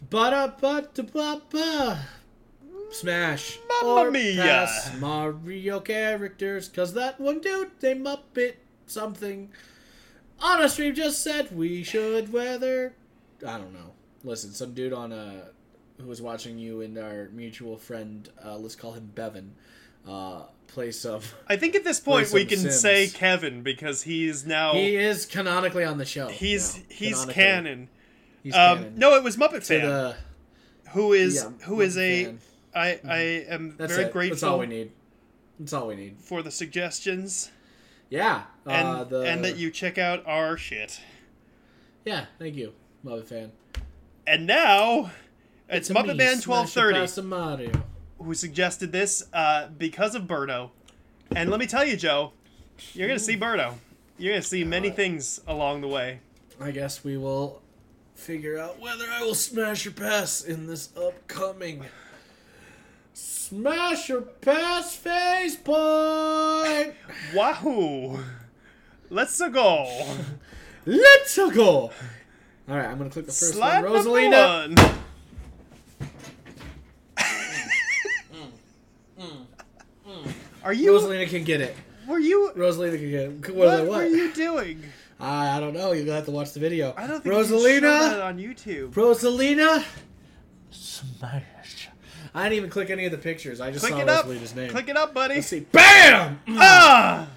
ba da ba ba Smash Mamma or mia. pass Mario characters, cause that one dude named Muppet something on a stream just said we should weather. I don't know. Listen, some dude on a who was watching you and our mutual friend, uh, let's call him Bevan, uh, play some. I think at this point Play we some can Sims. say Kevin because he's now He is canonically on the show. Oh. he's now. he's Canonically. canon. He's Um, canon. no, it was To Muppet fan the- who is yeah, who is Muppet a fan. Mm-hmm. I I am That's very it. grateful That's all we need. That's all we need. for the suggestions Yeah. and uh, the, and that you check out our shit. Yeah, thank you, Muppet fan. And now it's, a Muppet me, Man Smash twelve thirty. across the Mario. who suggested this uh, because of Birdo. And let me tell you, Joe, you're going to see Birdo. You're going to see many things along the way. I guess we will figure out whether I will smash or pass in this upcoming Smash or Pass phase point. Wahoo! Let's go. Let's go. All right, I'm gonna click the first Slide one. number Rosalina. Mm. one. Mm. Are you? Rosalina can get it. Were you? Rosalina can get it. What, What what? were you doing? I, I don't know. You're gonna have to watch the video. I don't think you Rosalina. can show that on YouTube. Rosalina Smash. I didn't even click any of the pictures. I just Click saw it up. Rosalina's name. Click it up, buddy. Let's see. BAM! Ah!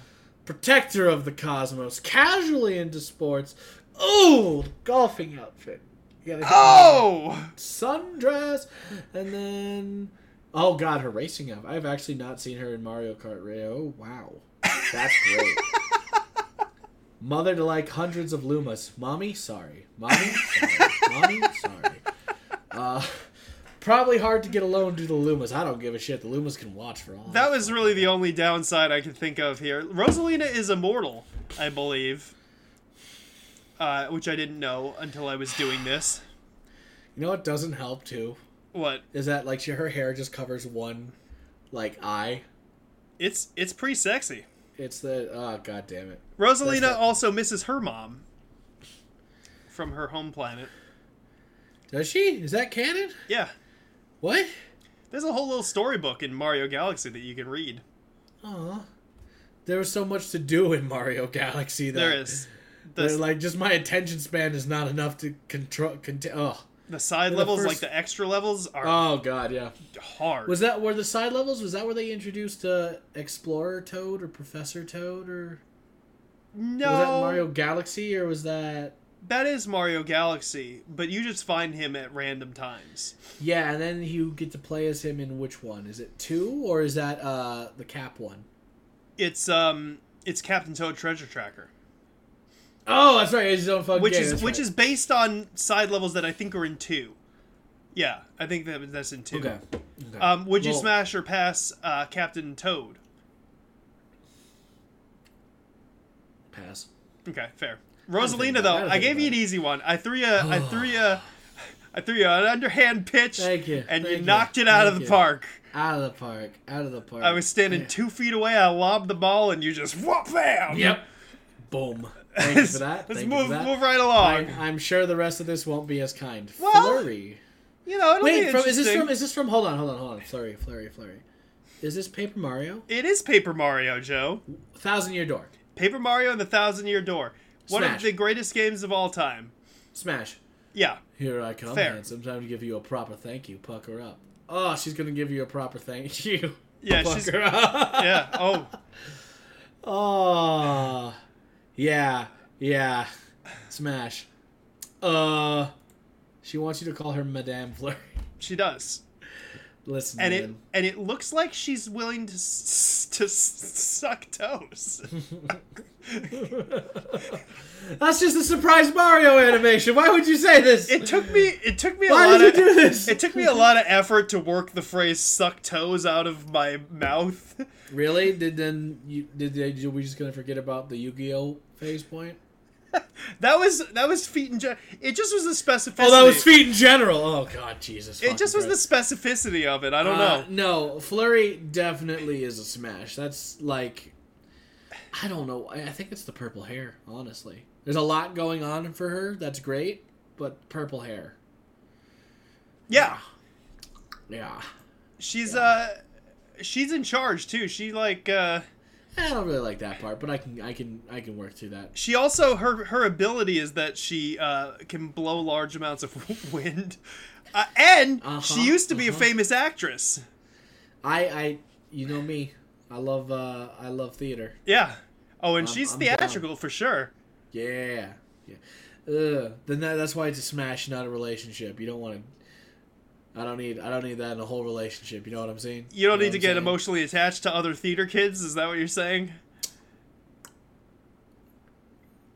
Protector of the cosmos, casually into sports, old golfing outfit. You gotta hit Oh! the Sundress, and then. Oh god, her racing up. I've actually not seen her in Mario Kart Ray. Oh wow. That's great. Mother to like hundreds of Lumas. Mommy, sorry. Mommy, sorry. Mommy, sorry. Uh, probably hard to get alone due to the Lumas. I don't give a shit. The Lumas can watch for all. That was really the only downside I could think of here. Rosalina is immortal, I believe, uh, which I didn't know until I was doing this. You know what doesn't help too? What? is that like she, her hair just covers one like eye It's it's pretty sexy. it's the oh god damn it Rosalina That's it. also misses her mom from her home planet. does she is that canon Yeah, what there's a whole little storybook in Mario Galaxy that you can read. Aw. there was so much to do in mario galaxy that There is that, the, like just my attention span is not enough to control cont- oh. the side the levels, like first- the extra levels, are oh god yeah hard. was that where the side levels was that where they introduced uh explorer toad or professor toad or no, was that mario galaxy or was that that is Mario Galaxy, but you just find him at random times. yeah and then you get to play as him in which one is it two or is that uh the cap one It's um it's Captain Toad Treasure Tracker, Oh, that's right. It's his own fucking which game, is that's which right. is based on side levels that I think are in two. Yeah, I think that that's in two. okay. okay. Um, would you Well, smash or pass uh, Captain Toad? Pass. Okay, fair. think Rosalina about- though, I don't I think gave you an about easy one. I threw you, I threw you, I threw you an underhand pitch, Thank you, and you thank you, knocked it out of thank the you. park. Out of the park. Out of the park. I was standing two feet away. I lobbed the ball, and you just whoop bam. Yep. Boom. Thank you for that. Let's Thank move you for that. move right along. I, am sure the rest of this won't be as kind. Well, Flurry. you know, it'll be Wait, from, is this interesting. from? Is this from? Hold on, hold on, hold on. Flurry, flurry, flurry. Is this Paper Mario? It is Paper Mario, Joe. Thousand Year Door. Paper Mario and the Thousand Year Door. One Smash. of the greatest games of all time. Smash. Yeah. Here I come, Fair. man. Sometimes to give you a proper thank you. Pucker up. Oh, she's gonna give you a proper thank you. Yeah, Pucker she's up. yeah. Oh. Oh, yeah, yeah. Smash. Uh, she wants you to call her Madame Fleur. She does. Listen, And it man. and it looks like she's willing to s- to s- suck toes. that's just a surprise Mario animation. Why would you say this? It took me it took me a Why lot did of you do this? it took me a lot of effort to work the phrase suck toes out of my mouth. really? Did then you did they, you- we just gonna forget about the Yu-Gi-Oh phase point? That was that was feet and gen- it just was the specificity. Oh, that was feet in general. Oh God, Jesus. It just was the specificity of it. I don't know. Uh, no, Flurry definitely is a smash. That's like, I don't know. I I think it's the purple hair. Honestly, there's a lot going on for her. That's great, but purple hair. Yeah, Yeah. she's uh, she's in charge too. She like uh, I don't really like that part, but I can I can I can work through that. she also her her ability is that she uh can blow large amounts of wind, uh, and Uh-huh, she used to be uh-huh. a famous actress. I I you know me. I love uh I love theater. Yeah. Oh, and I'm- she's I'm down. theatrical for sure. Yeah. Yeah. Ugh. Then that, that's why it's a smash, not a relationship. You don't want to. I don't need. I don't need that in a whole relationship. You know what I'm saying? You don't know need what to I'm get saying? emotionally attached to other theater kids. Is that what you're saying?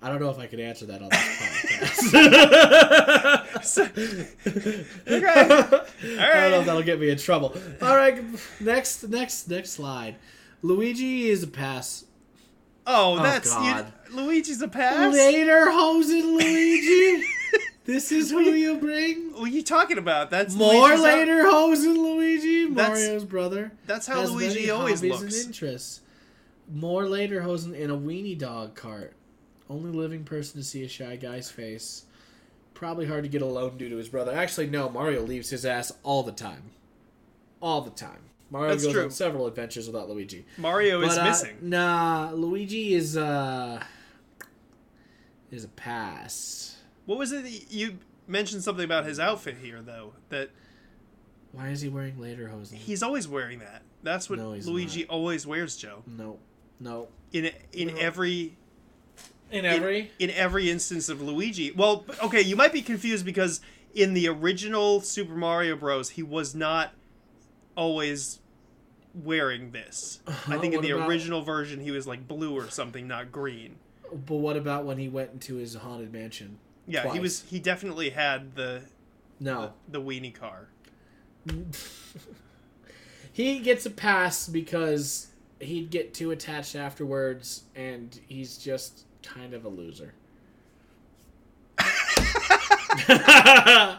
I don't know if I could answer that on this podcast. So- oh, I don't know if that'll get me in trouble. All right, next, next, next slide. Luigi is a pass. oh, that's God. You, Luigi's a pass. Later, Hosen Luigi. this is who you bring. What are you talking about? That's More Luigi's- later, Hosen Luigi, That's- Mario's brother. That's how has Luigi many always hobbies and looks. interests. More later, Hosen in a weenie dog cart. Only living person to see a shy guy's face. Probably hard to get alone due to his brother. Actually, no. Mario leaves his ass all the time. All the time. Mario That's goes true. on several adventures without Luigi. Mario is But, uh, missing. Nah, Luigi is uh is a pass. What was it? that You mentioned something about his outfit here, though. That Why is he wearing later Hosen? he's always wearing that. That's what No, he's Luigi always wears, Joe. No, no. In in No. every In in- every. in, every instance of Luigi. Well, b- okay, you might be confused because in the original Super Mario Bros, he was not always wearing this. I think in what the about- original version, he was like blue or something, not green. But what about when he went into his haunted mansion? Yeah, he Twice. was. He definitely had the No. the weenie car. Uh. He gets a pass because he'd get too attached afterwards and he's just kind of a loser.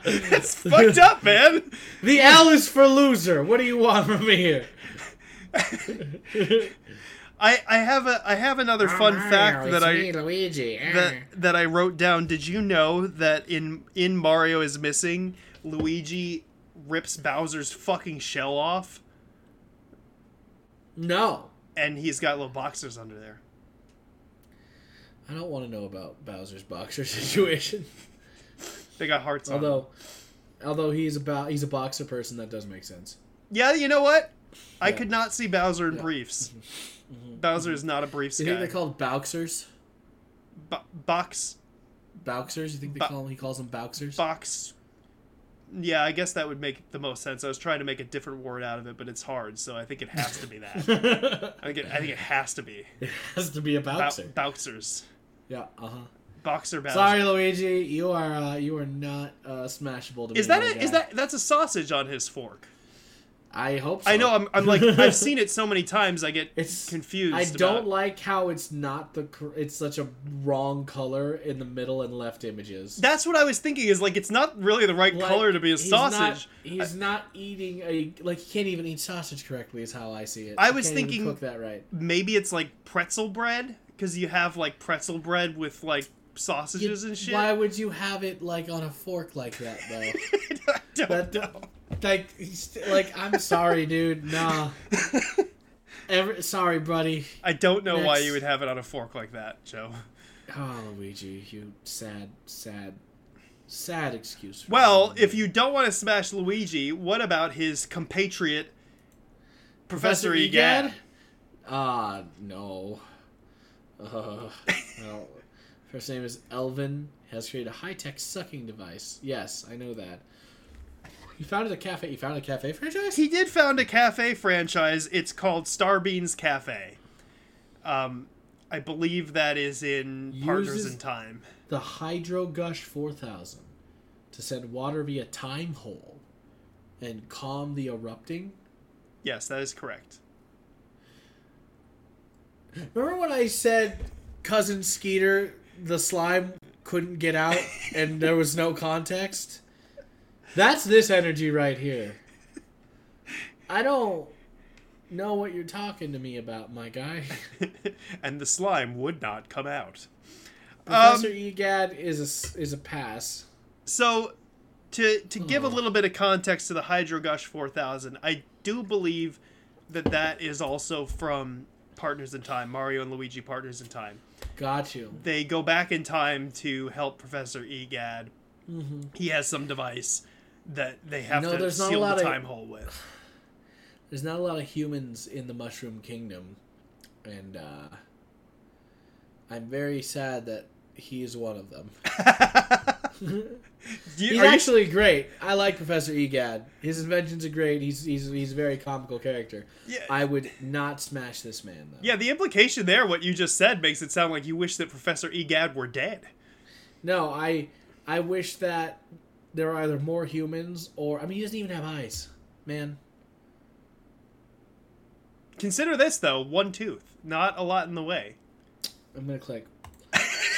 It's fucked up, man. the L is for loser. What do you want from me here? I I have a I have another fun fact that I Ah, Luigi. Ah. that that I wrote down. Did you know that in in Mario is missing, Luigi rips Bowser's fucking shell off, No. and he's got little boxers under there. I don't want to know about Bowser's boxer situation. They got hearts on. them. although although he's about he's a boxer person that does make sense. Yeah, you know what? I Yeah. could not see Bowser in briefs. Bowser is not a briefs Do you guy. think they called boxers? Bo- box Boxers? You think they Bo- call him, he calls them boxers? box. Yeah, I guess that would make the most sense. I was trying to make a different word out of it, but it's hard, so I think it has to be that. I think it, I think it has to be it has to be a Bo- boxer. Bowser's yeah. Uh huh. boxer Bowser. Sorry, Luigi. You are uh, you are not uh, smashable to me. Is that my it? Is guy. that that's a sausage on his fork? I hope. so. I know. I'm, I'm like I've seen it so many times. I get It's confused. I don't about- like how it's not the. cor- It's such a wrong color in the middle and left images. That's what I was thinking. Is like it's not really the right Like, color to be a he's not- sausage. he's not eating a like he can't even eat sausage correctly. Is how I see it. I He was can't even thinking- cook that right. Maybe it's like pretzel bread because you have like pretzel bread with like sausages and shit. Why would you have it like on a fork like that though? I don't That- know. like he's- like I'm sorry, dude. Nah. Every, sorry, buddy. I don't know why Next. you would have it on a fork like that, Joe. Oh, Luigi, you sad, sad, sad excuse. For Well, me. if you don't want to smash Luigi, what about his compatriot, Professor Egad? Ah, no. Uh, well, first name is Elvin. Has created a high-tech sucking device. Yes, I know that. You founded a cafe. You founded a cafe franchise. he did found a cafe franchise. It's called Starbeans Cafe. Um, I believe that is in Partners Uses- in Time. the Hydro Gush 4000 to send water via time hole and calm the erupting. Yes, that is correct. Remember when I said cousin Skeeter the slime couldn't get out and there was no context? That's this energy right here. I don't know what you're talking to me about, my guy. and the slime would not come out. Professor Egad is a s- is a pass. So to to give a little bit of context to the Hydro Gush 4000, I do believe that that is also from Partners in Time, Mario and Luigi Partners in Time. Got you. They go back in time to help Professor Egad. He has some device that they have Mm-hmm. No, to there's not a seal lot the of- time hole with. There's not a lot of humans in the Mushroom Kingdom, and uh, I'm very sad that he is one of them. Do you- He's are you- actually great. I like Professor Egad. His inventions are great. He's he's he's a very comical character. Yeah. I would not smash this man though. yeah, the implication there, what you just said, makes it sound like you wish that Professor Egad were dead. No, I I wish that there were either more humans or I mean he doesn't even have eyes, man. Consider this though, one tooth, not a lot in the way. I'm gonna click.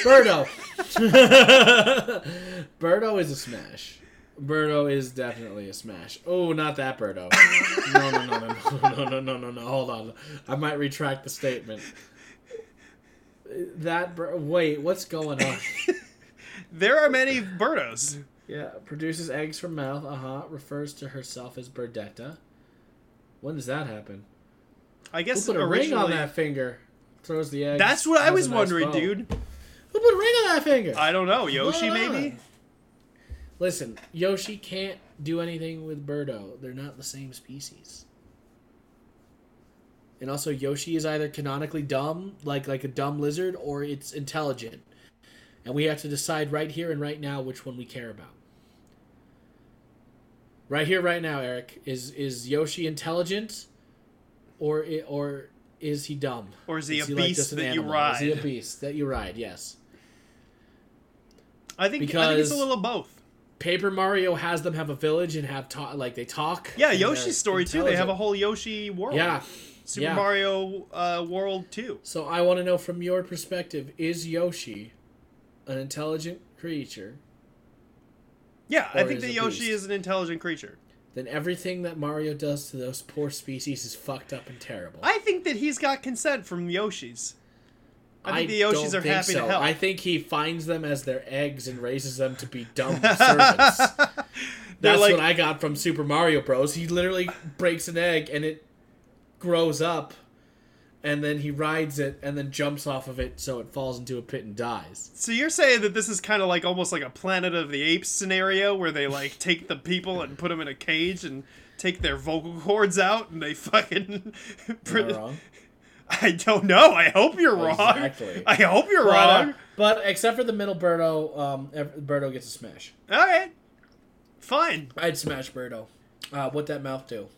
Birdo. Birdo is a smash. Birdo is definitely a smash. Oh, not that Birdo. No, no, no, no, no, no, no, no, no, no. Hold on. I might retract the statement. That Bir- wait, what's going on? There are many Birdos. Yeah, produces eggs from mouth. Uh huh. Refers to herself as Birdetta. When does that happen? I Who guess put a ring on originally that finger? Throws the eggs. that's what I has was a nice wondering, bow. dude. Who put a ring on that finger? I don't know, Yoshi Why not? maybe. Listen, Yoshi can't do anything with Birdo. They're not the same species. And also, Yoshi is either canonically dumb, like like a dumb lizard, or it's intelligent. And we have to decide right here and right now which one we care about. Right here, right now, Eric is is Yoshi intelligent, or i- or is he dumb? Or is he a like, beast just an that you animal? Is he a ride? beast that you ride? Yes. I think I think it's Because- a little of both. Paper Mario has them have a village and have ta- like they talk. Yeah, and they're Yoshi's story too. They have a intelligent. whole Yoshi world. Yeah. Super yeah. Mario uh, World too. So I want to know from your perspective: Is Yoshi an intelligent creature? Yeah, I Or think is that a Yoshi beast. is an intelligent creature. Then everything that Mario does to those poor species is fucked up and terrible. I think that he's got consent from Yoshi's. I think the don't Yoshis are think happy to so. help. I think he finds them as their eggs and raises them to be dumb servants. They're That's like what I got from Super Mario Bros. He literally breaks an egg and it grows up, and then he rides it and then jumps off of it so it falls into a pit and dies. So you're saying that this is kind of like almost like a Planet of the Apes scenario where they like take the people and put them in a cage and take their vocal cords out and they fucking. Am I wrong? I don't know. I hope you're wrong. Exactly. I hope you're But, wrong. Uh, but except for the middle Birdo, um, ev- Birdo gets a smash. All right. Fine. I'd smash Birdo. Uh, what that mouth do?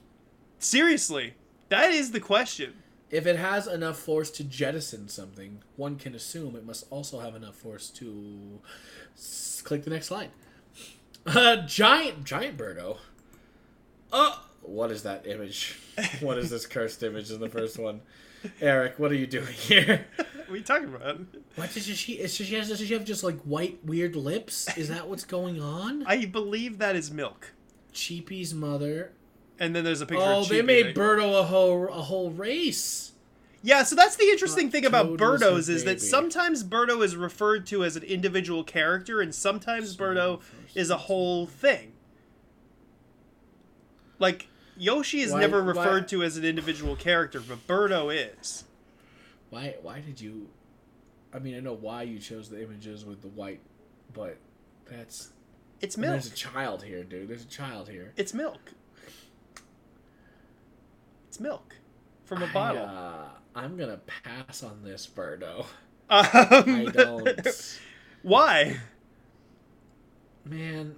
Seriously, that is the question. If it has enough force to jettison something, one can assume it must also have enough force to S- click the next slide. Uh, giant, giant Birdo. Uh, what is that image? What is this cursed image in the first one? Eric, what are you doing here? What are you talking about? What does she? Is she has? Does she have just like white weird lips? Is that what's going on? I believe that is milk. Cheapy's mother. And then there's a picture. Oh, of they Chibi made there. Birdo a whole a whole race. Yeah, so that's the interesting thing about Toadles and Birdos is that Baby. sometimes Birdo is referred to as an individual character, and sometimes Birdo is a whole thing. Like Yoshi is Why- never why- referred to as an individual character, but Birdo is. Why? Why did you? I mean, I know why you chose the images with the white, but that's It's and milk. there's a child here, dude. There's a child here. It's milk. It's milk from a I, bottle. uh, I'm gonna pass on this Birdo. Um, uh, I don't. why? Man.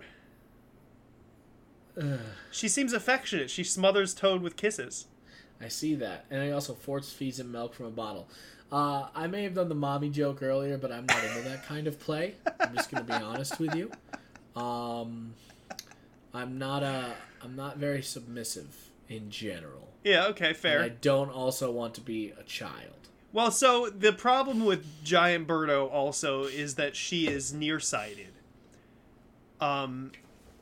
Ugh, She seems affectionate. She smothers Toad with kisses. I see that, and I also force feeds him milk from a bottle. Uh, I may have done the mommy joke earlier, but I'm not into that kind of play. I'm just gonna be honest with you. Um, I'm not a. I'm not very submissive in general. Yeah. Okay. Fair. And I don't also want to be a child. Well, so the problem with Giant Birdo also is that she is nearsighted. Um,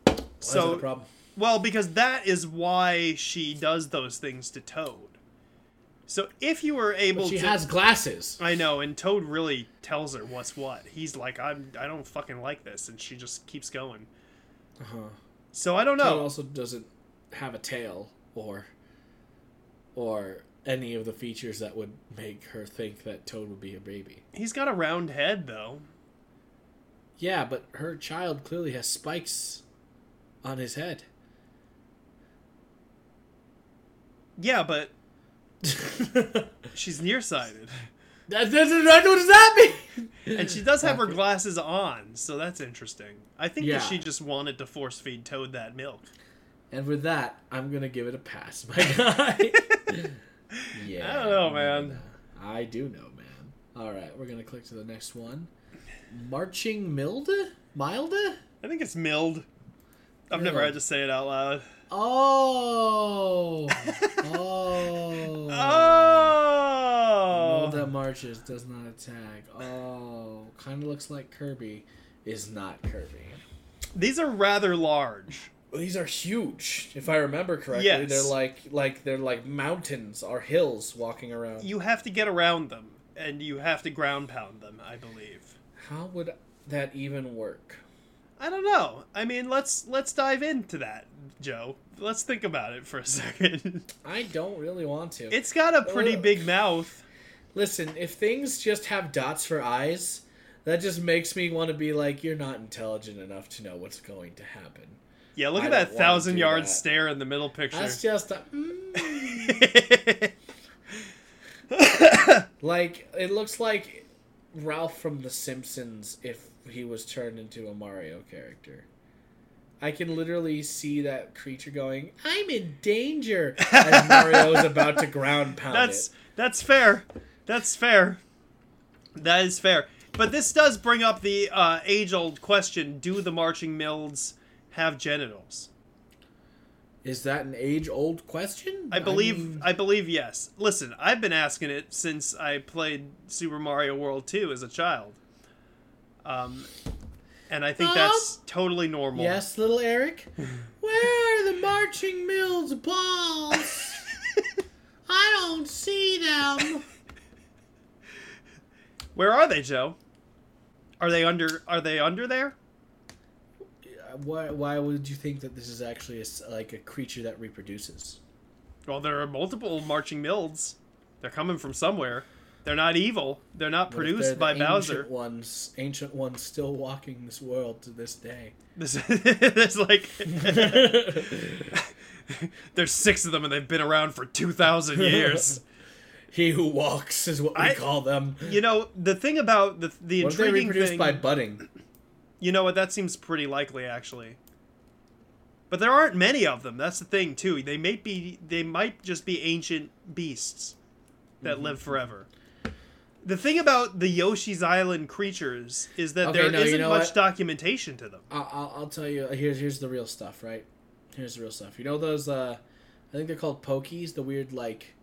Why is that a so problem. well because that is why she does those things to Toad. So if you were But able she to, has glasses. I know, and Toad really tells her what's what. He's like, I'm, I don't fucking like this, and she just keeps going. Uh-huh. So I don't Toad know. also doesn't have a tail or or any of the features that would make her think that Toad would be a baby. He's got a round head though. Yeah, but her child clearly has spikes on his head. Yeah, but that, she's nearsighted. that, that- what does that mean? And she does have her glasses on, so that's interesting. I think Yeah. that she just wanted to force feed Toad that milk. And with that, I'm gonna give it a pass, my guy. yeah. I don't know, no, man. no. I do know, man. All right, we're gonna click to the next one. Marching Milde, Milde. I think it's milled. I've never Milled. had to say it out loud. Oh. oh. Oh! Mold that marches does not attack. Oh, kind of looks like Kirby is not Kirby. These are rather large. These are huge, if I remember correctly. Yes. They're like like they're like mountains or hills walking around. You have to get around them, and you have to ground pound them, I believe. How would that even work? I don't know. I mean, let's let's dive into that, Joe. Let's think about it for a second. I don't really want to. it's got a pretty Ugh. big mouth. Listen, if things just have dots for eyes, that just makes me want to be like, you're not intelligent enough to know what's going to happen. Yeah, look I at don't that wanna thousand do yard that. stare in the middle picture. That's just a, mm. like it looks like Ralph from The Simpsons if he was turned into a Mario character. I can literally see that creature going, "I'm in danger," as Mario is about to ground pound that's it. that's fair. That's fair. That is fair. But this does bring up the uh, age-old question: Do the marching mills have genitals? Is that an age-old question? I believe mean, I believe yes. Listen, I've been asking it since I played Super Mario World 2 as a child. Um and I think Mom? that's totally normal. yes, little Eric. Where are the marching mills balls? I don't see them. Where are they, Joe? Are they under are they under there? Uh, Why? Why would you think that this is actually a s like a creature that reproduces? Well, there are multiple marching mills. They're coming from somewhere. They're not evil. They're What not if produced they're by the Bowser. Ancient ones, ancient ones, still walking this world to this day. This there's like there's six of them and they've been around for 2000 years. he who walks is what we I- call them. You know, the thing about the the What if they intriguing reproduce thing. by budding? You know what? That seems pretty likely, actually. But there aren't many of them. That's the thing, too. They may be. They might just be ancient beasts that Mm-hmm. live forever. The thing about the Yoshi's Island creatures is that Okay, there no, you not know much what? documentation to them. I- I'll, I'll tell you. Here's here's the real stuff, right? Here's the real stuff. You know those? Uh, I think they're called pokies. The weird like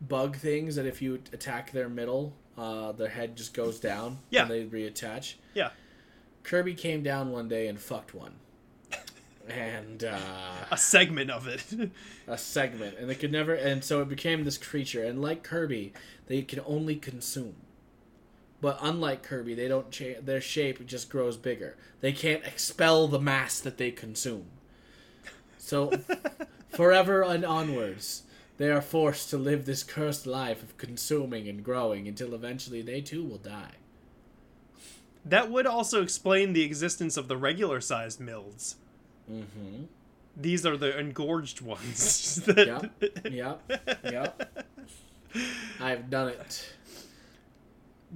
bug things that if you attack their middle, uh, their head just goes down. Yeah. And they reattach. Yeah, Kirby came down one day and fucked one. And uh, a segment of it. a segment, and they could never, and so it became this creature. And like Kirby, they can only consume. But unlike Kirby, they don't cha- their shape just grows bigger. They can't expel the mass that they consume. So, forever and onwards, they are forced to live this cursed life of consuming and growing until eventually they too will die. that would also explain the existence of the regular-sized mills. Mm-hmm. These are the engorged ones. that- Yep. Yep. I've done it.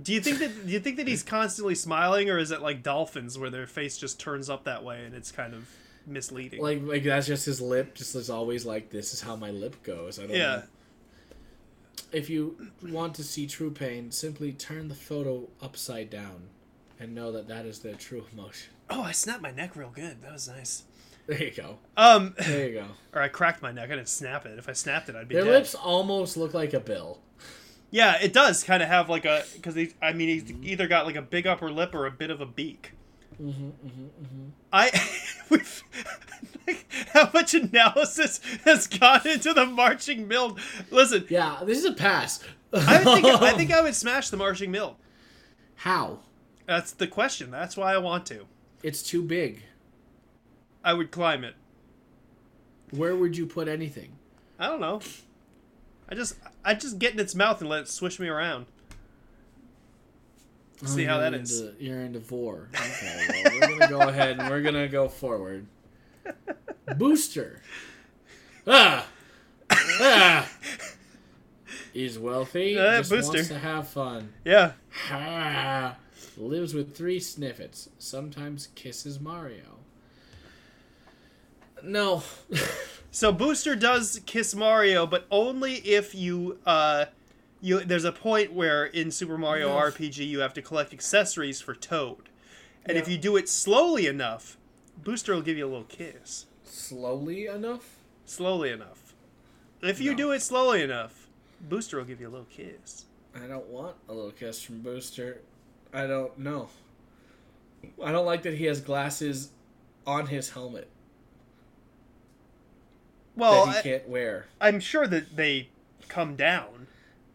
Do you think that do you think that he's constantly smiling, or is it like dolphins where their face just turns up that way and it's kind of misleading? Like like that's just his lip. Just is always like this is how my lip goes. I don't. yeah, Know. If you want to see true pain, simply turn the photo upside down, and know that that is their true emotion. Oh, I snapped my neck real good. That was nice. There you go. Um, There you go. or I cracked my neck. I didn't snap it. If I snapped it, I'd be Their dead. lips almost look like a bill. Yeah, it does kind of have like a because he. I mean, he's either got like a big upper lip or a bit of a beak. Mm-hmm, mm-hmm, mm-hmm. I we've like, how much analysis has gone into the marching mill? Listen, Yeah, this is a pass. I think I think I would smash the marching mill. how That's the question. That's why I want to. it's too big. I would climb it. Where would you put anything? I don't know. I just I just get in its mouth and let it swish me around. See Oh, how you're that is. into- You're into vor. Okay, well, we're gonna go ahead and we're gonna go forward. Booster. Ah, ah. He's wealthy. Uh, just Booster. wants to have fun. Yeah. Ha! Lives with three sniffets. Sometimes kisses Mario. No. So Booster does kiss Mario, but only if you uh you there's a point where in Super Mario No. RPG you have to collect accessories for Toad. And if Yeah. you do it slowly enough, Booster will give you a little kiss. Slowly enough. Slowly enough. If you No. do it slowly enough, Booster will give you a little kiss. I don't want a little kiss from Booster. I don't know. I don't like that he has glasses on his helmet Well, that he I, can't wear. I'm sure that they come down.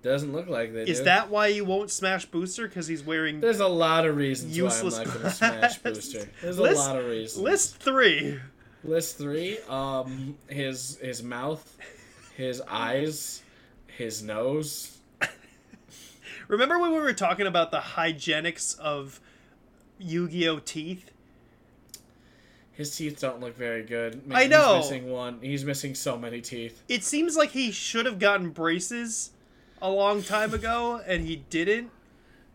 Doesn't look like they Is do. that why you won't smash Booster? Because he's wearing There's a lot of reasons useless why I'm not going to glasses. smash Booster. There's a List- lot of reasons. List three. List three. Um, his his mouth, his eyes, his nose. Remember when we were talking about the hygienics of Yu-Gi-Oh teeth? His teeth don't look very good. Man, I know. He's missing one. He's missing so many teeth. It seems like he should have gotten braces a long time ago, and he didn't.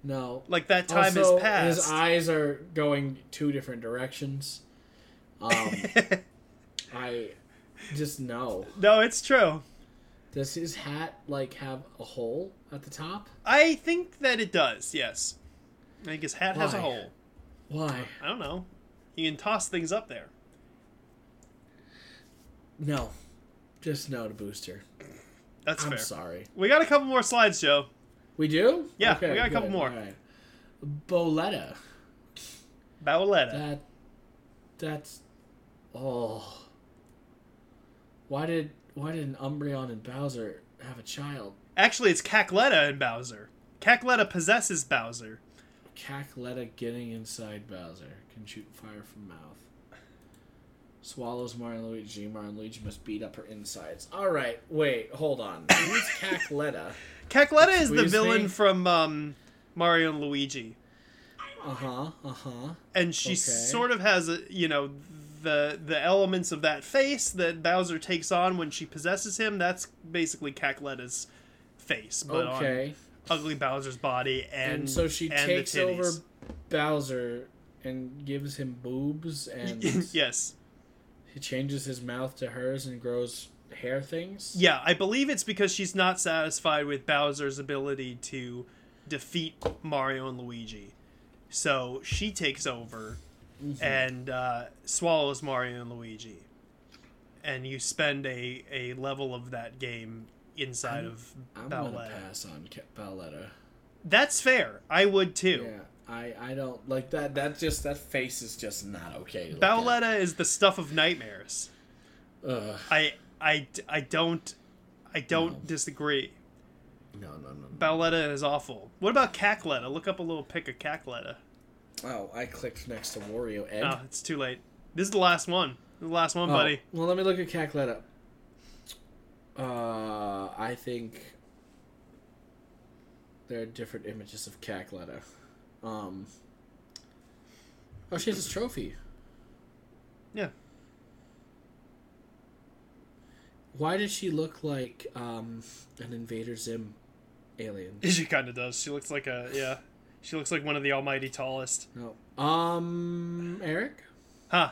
No, Like that time also, has passed. His eyes are going two different directions. Um, I just know. no, it's true. Does his hat like have a hole at the top? I think that it does. Yes, I think his hat has a Why? hole. Why? I don't know. You can toss things up there. No, just no to Booster. That's I'm fair. sorry. We got a couple more slides, Joe. We do? Yeah, we got a couple more. right. Boletta. Bowletta. That. That's. Oh. Why did Why didn't Umbreon and Bowser have a child? Actually, it's Cacletta and Bowser. Cacletta possesses Bowser. Cacletta getting inside Bowser can shoot fire from mouth. Swallows Mario and Luigi. Mario and Luigi must beat up her insides. All right, wait, hold on. Who's Cacletta? Cacletta is the Excuse villain me? from um, Mario and Luigi, Uh huh. Uh huh. and she Okay. sort of has a, you know the the elements of that face that Bowser takes on when she possesses him. That's basically Cacletta's face, but on Okay. ugly Bowser's body, and, And so she and the takes over titties. Bowser and gives him boobs, and yes, he changes his mouth to hers and grows hair things. yeah, I believe it's because she's not satisfied with Bowser's ability to defeat Mario and Luigi, so she takes over and uh, swallows Mario and Luigi. And you spend a, a level of that game inside of I'm gonna Bowletta. pass on Ca- Bowletta. That's fair. I would too. Yeah, I I don't like that. That just that face is just not okay. to look at. Bowletta is the stuff of nightmares. Ugh. I I, I don't I don't No. disagree. No, no, no. no. Bowletta is awful. What about Cacletta? Look up a little pic of Cacletta. Oh, I clicked next to Wario Ed. No, Ah, it's too late. This is the last one. This is the last one, Oh, buddy. Well, let me look at Cacletta. Uh, I think there are different images of Cacletta. Um. Oh, she has a trophy. Yeah. Why does she look like um an Invader Zim alien? She kind of does. She looks like a yeah. She looks like one of the almighty tallest. No. Um, Eric, Huh.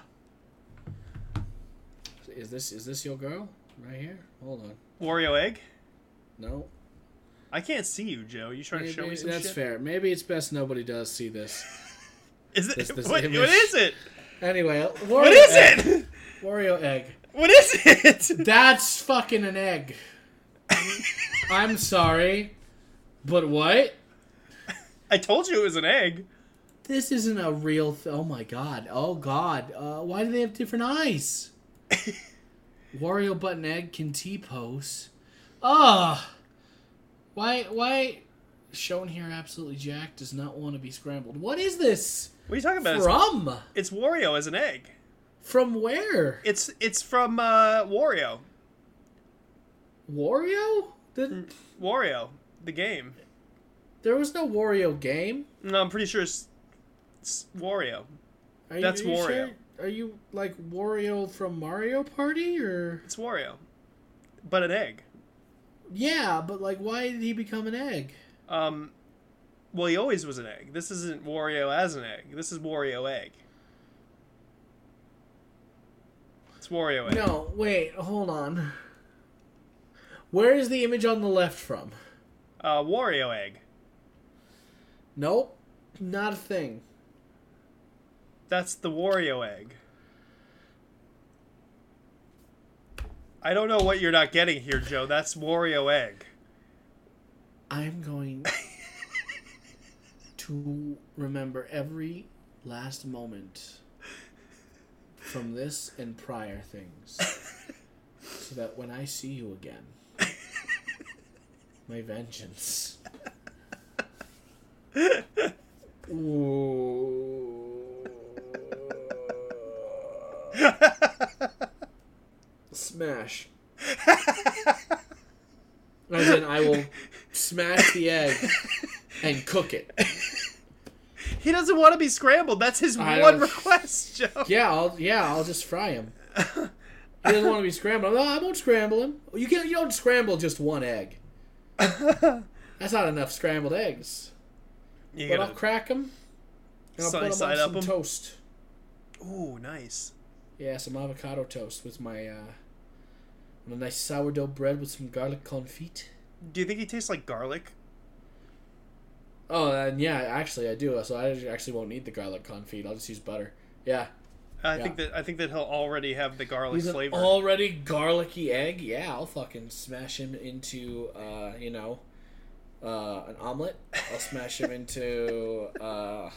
is this is this your girl right here? Hold on. Wario egg? No, I can't see you, Joe. You trying to show Maybe- me some that's shit? fair. Maybe it's best nobody does see this. Is it, This- this what, image. Oh, what is it? Anyway, Wario What is egg. it? Wario egg. What is it? That's fucking an egg. I'm sorry, but what? I told you it was an egg. This isn't a real. Th- oh my god. Oh god. Uh, why do they have different eyes? Wario button egg can T pose. Ugh. Why? Why? Shown here, absolutely Jack does not want to be scrambled. What is this What are you talking about? It's, from? it's Wario as an egg. From where? It's it's from uh, Wario. Wario? Hmm. Didn't Wario, the game. there was no Wario game? No, I'm pretty sure it's, it's Wario. Are you, That's are you Wario. sure? Are you like Wario from Mario Party or? It's Wario, but an egg. Yeah, but like, why did he become an egg? Um, well, he always was an egg. This isn't Wario as an egg. This is Wario egg. It's Wario egg. No, wait, hold on. Where is the image on the left from? Uh, Wario egg. Nope, not a thing. That's the Wario egg. I don't know what you're not getting here, Joe. That's Wario egg. I'm going to remember every last moment from this and prior things so that when I see you again, my vengeance. Ooh. Smash. As in, I will smash the egg and cook it. He doesn't want to be scrambled. That's his I one don't- request, Joe. Yeah, I'll yeah, I'll just fry him. He doesn't want to be scrambled. No, I won't scramble him. You can't. You don't scramble just one egg. That's not enough scrambled eggs. You But I'll gotta- crack them. And I'll Sunny put 'em side on up some 'em? toast. Ooh, nice. Yeah, some avocado toast with my uh, and a nice sourdough bread with some garlic confit. Do you think he tastes like garlic? Oh, and yeah, actually I do. So I actually won't need the garlic confit. I'll just use butter. Yeah, I Yeah. think that I think that he'll already have the garlic He's an flavor. already garlicky egg. Yeah, I'll fucking smash him into, uh, you know, uh, an omelet. I'll smash him into. Uh,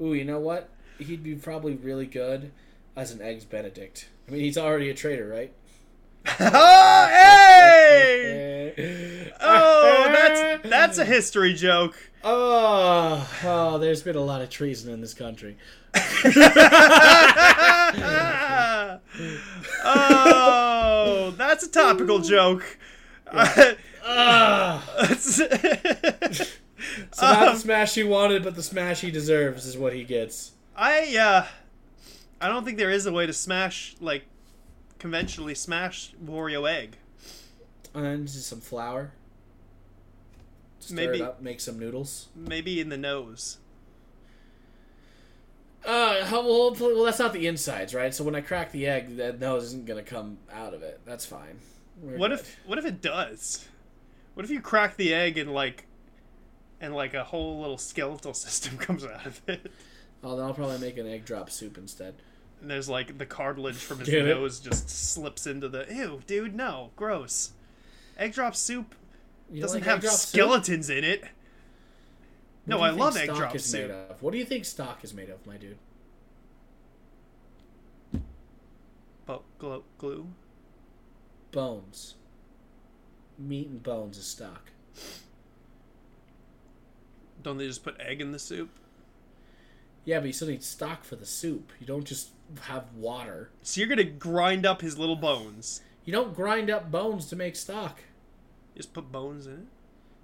ooh, you know what? He'd be probably really good as an eggs Benedict. I mean, he's already a traitor, right? oh, hey! Oh, that's that's a history joke. Oh, oh, there's been a lot of treason in this country. oh, that's a topical joke. Ah. So not Um, the smash he wanted, but the smash he deserves is what he gets. I uh, I don't think there is a way to smash like conventionally smash Wario egg. And just some flour. Stir Maybe- it up, make some noodles. Maybe in the nose. Uh, how- well, pl- well, that's not the insides, right? So when I crack the egg, that nose isn't gonna come out of it. That's fine. We're What good. if what if it does? What if you crack the egg and like and like a whole little skeletal system comes out of it? Oh, then I'll probably make an egg drop soup instead. And there's like the cartilage from his Get it? nose just slips into the ew, dude, no, gross. Egg drop soup You don't doesn't like egg have drop soup? skeletons in it. What No, do you I think love egg stock drop is Made soup. of? What do you think stock is made of, my dude? But glue, glue. Bones. Meat and bones is stock. Don't they just put egg in the soup? Yeah, but you still need stock for the soup. You don't just have water. So you're gonna grind up his little bones. You don't grind up bones to make stock. Just put bones in it.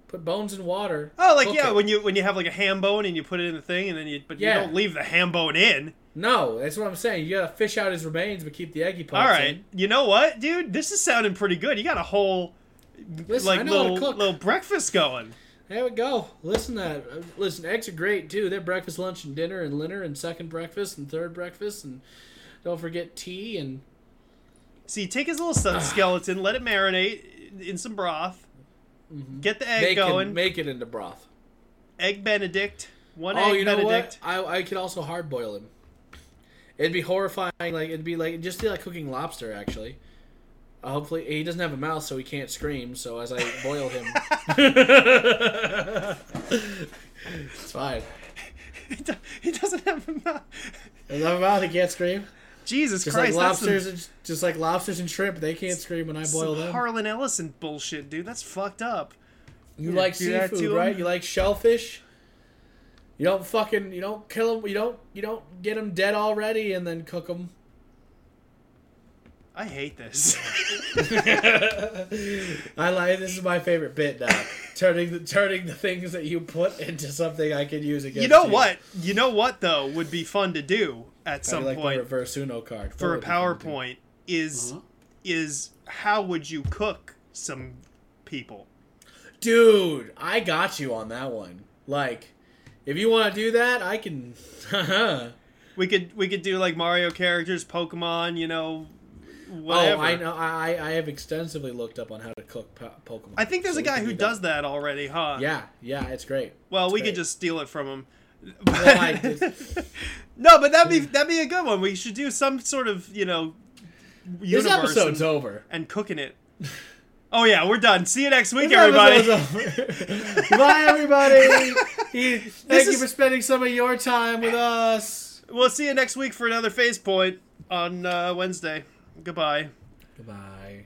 Put bones in water. Oh, like cook yeah, it. when you when you have like a ham bone and you put it in the thing, and then you but Yeah. you don't leave the ham bone in. No, that's what I'm saying. You gotta fish out his remains, but keep the eggy parts. All right, in. you know what, dude? This is sounding pretty good. You got a whole Listen, I like know how to little cook. little breakfast going. There we go. Listen, to that. Uh, Listen, eggs are great too. They're breakfast, lunch, and dinner, and dinner, and second breakfast, and third breakfast, and don't forget tea. And So you take his little son skeleton, let it marinate in some broth, get the egg Mm-hmm. make it, going, make it into broth. egg Benedict, one Oh, egg you know Benedict. what? I I could also hard boil him. It'd be horrifying. Like it'd be like it'd just be like cooking lobster. Actually, uh, hopefully he doesn't have a mouth, so he can't scream. So as I boil him, it's fine. He do- he doesn't have a mouth. Doesn't have a mouth, he can't scream. Jesus Just Christ, like that's lobsters, some, and, just like lobsters and shrimp, they can't scream when I boil some them. Harlan Ellison bullshit, dude. That's fucked up. you like do that seafood, to 'em. right? You like shellfish. You don't fucking you don't kill them. You don't you don't get them dead already and then cook them. I hate this. I like this is my favorite bit now. turning the turning the things that you put into something I can use against you know what? You know what though would be fun to do at Kinda some like the point reverse Uno card for a What would you do? PowerPoint is Uh-huh. is how would you cook some people? Dude, I got you on that one. Like, if you want to do that, I can. oh, We could we could do like Mario characters, Pokemon, you know, whatever. Oh, I know. I I I have extensively looked up on how to cook po- Pokemon. I think there's So a we can guy who do does that already, huh? That. Yeah, yeah, it's great. Well, we great. could just steal it from him. I Hmm. did- no, but that'd be that'd be a good one. We should do some sort of you know This universe episode's and, over. and cooking it. Oh yeah, we're done. See you next week, This everybody. episode's over. Bye, everybody. Thank you is- for spending some of your time with us. We'll see you next week for another phase point on uh, Wednesday. Goodbye. Goodbye.